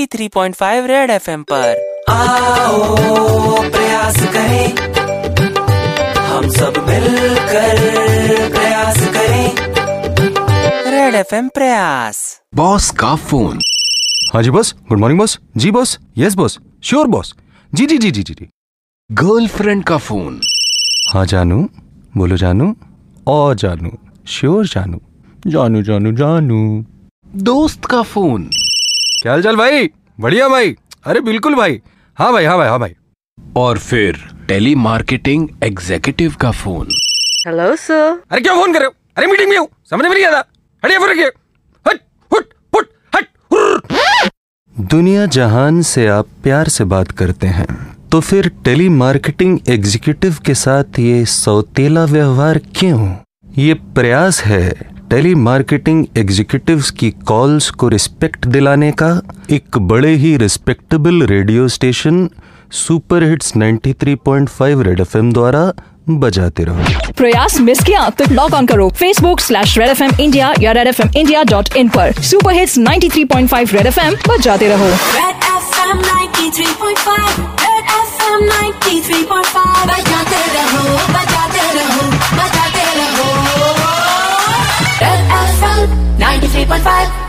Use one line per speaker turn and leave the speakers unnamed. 93.5 red FM पर
आओ प्रयास करें हम सब मिलकर प्रयास करें
रेड एफएम प्रयास
बॉस का फोन
हाँ जी बॉस गुड मॉर्निंग बॉस जी boss yes boss sure boss जी जी जी जी जी जी
गर्लफ्रेंड का फोन
हाँ जानू बोलो जानू और जानू श्योर जानू जानू जानू जानू
दोस्त का फोन
क्या हाल चाल भाई बढ़िया भाई अरे बिल्कुल भाई हाँ भाई हाँ भाई हाँ भाई
और फिर टेली मार्केटिंग एग्जीक्यूटिव का फोन
हेलो सर
अरे क्यों फोन कर रहे हो अरे मीटिंग में हूँ समझ में नहीं आता हटिए फोन रखिए हट हुट फुट हट दुनिया जहान से आप प्यार से बात करते हैं तो फिर टेली मार्केटिंग एग्जीक्यूटिव के साथ ये सौतेला व्यवहार क्यों ये प्रयास है टेली मार्केटिंग एग्जीक्यूटिव्स की कॉल्स को रिस्पेक्ट दिलाने का एक बड़े ही respectable radio station super hits 93.5 red FM द्वारा बजाते रहो
प्रयास मिस किया तो लॉग ऑन करो Facebook slash red F M India या red F M India dot in पर super hits 93.5 red F M बजाते रहो
Red FM 93.5 Red FM 93.5 बजाते रहो बजाते रहो बजाते रहो Red FM 93.5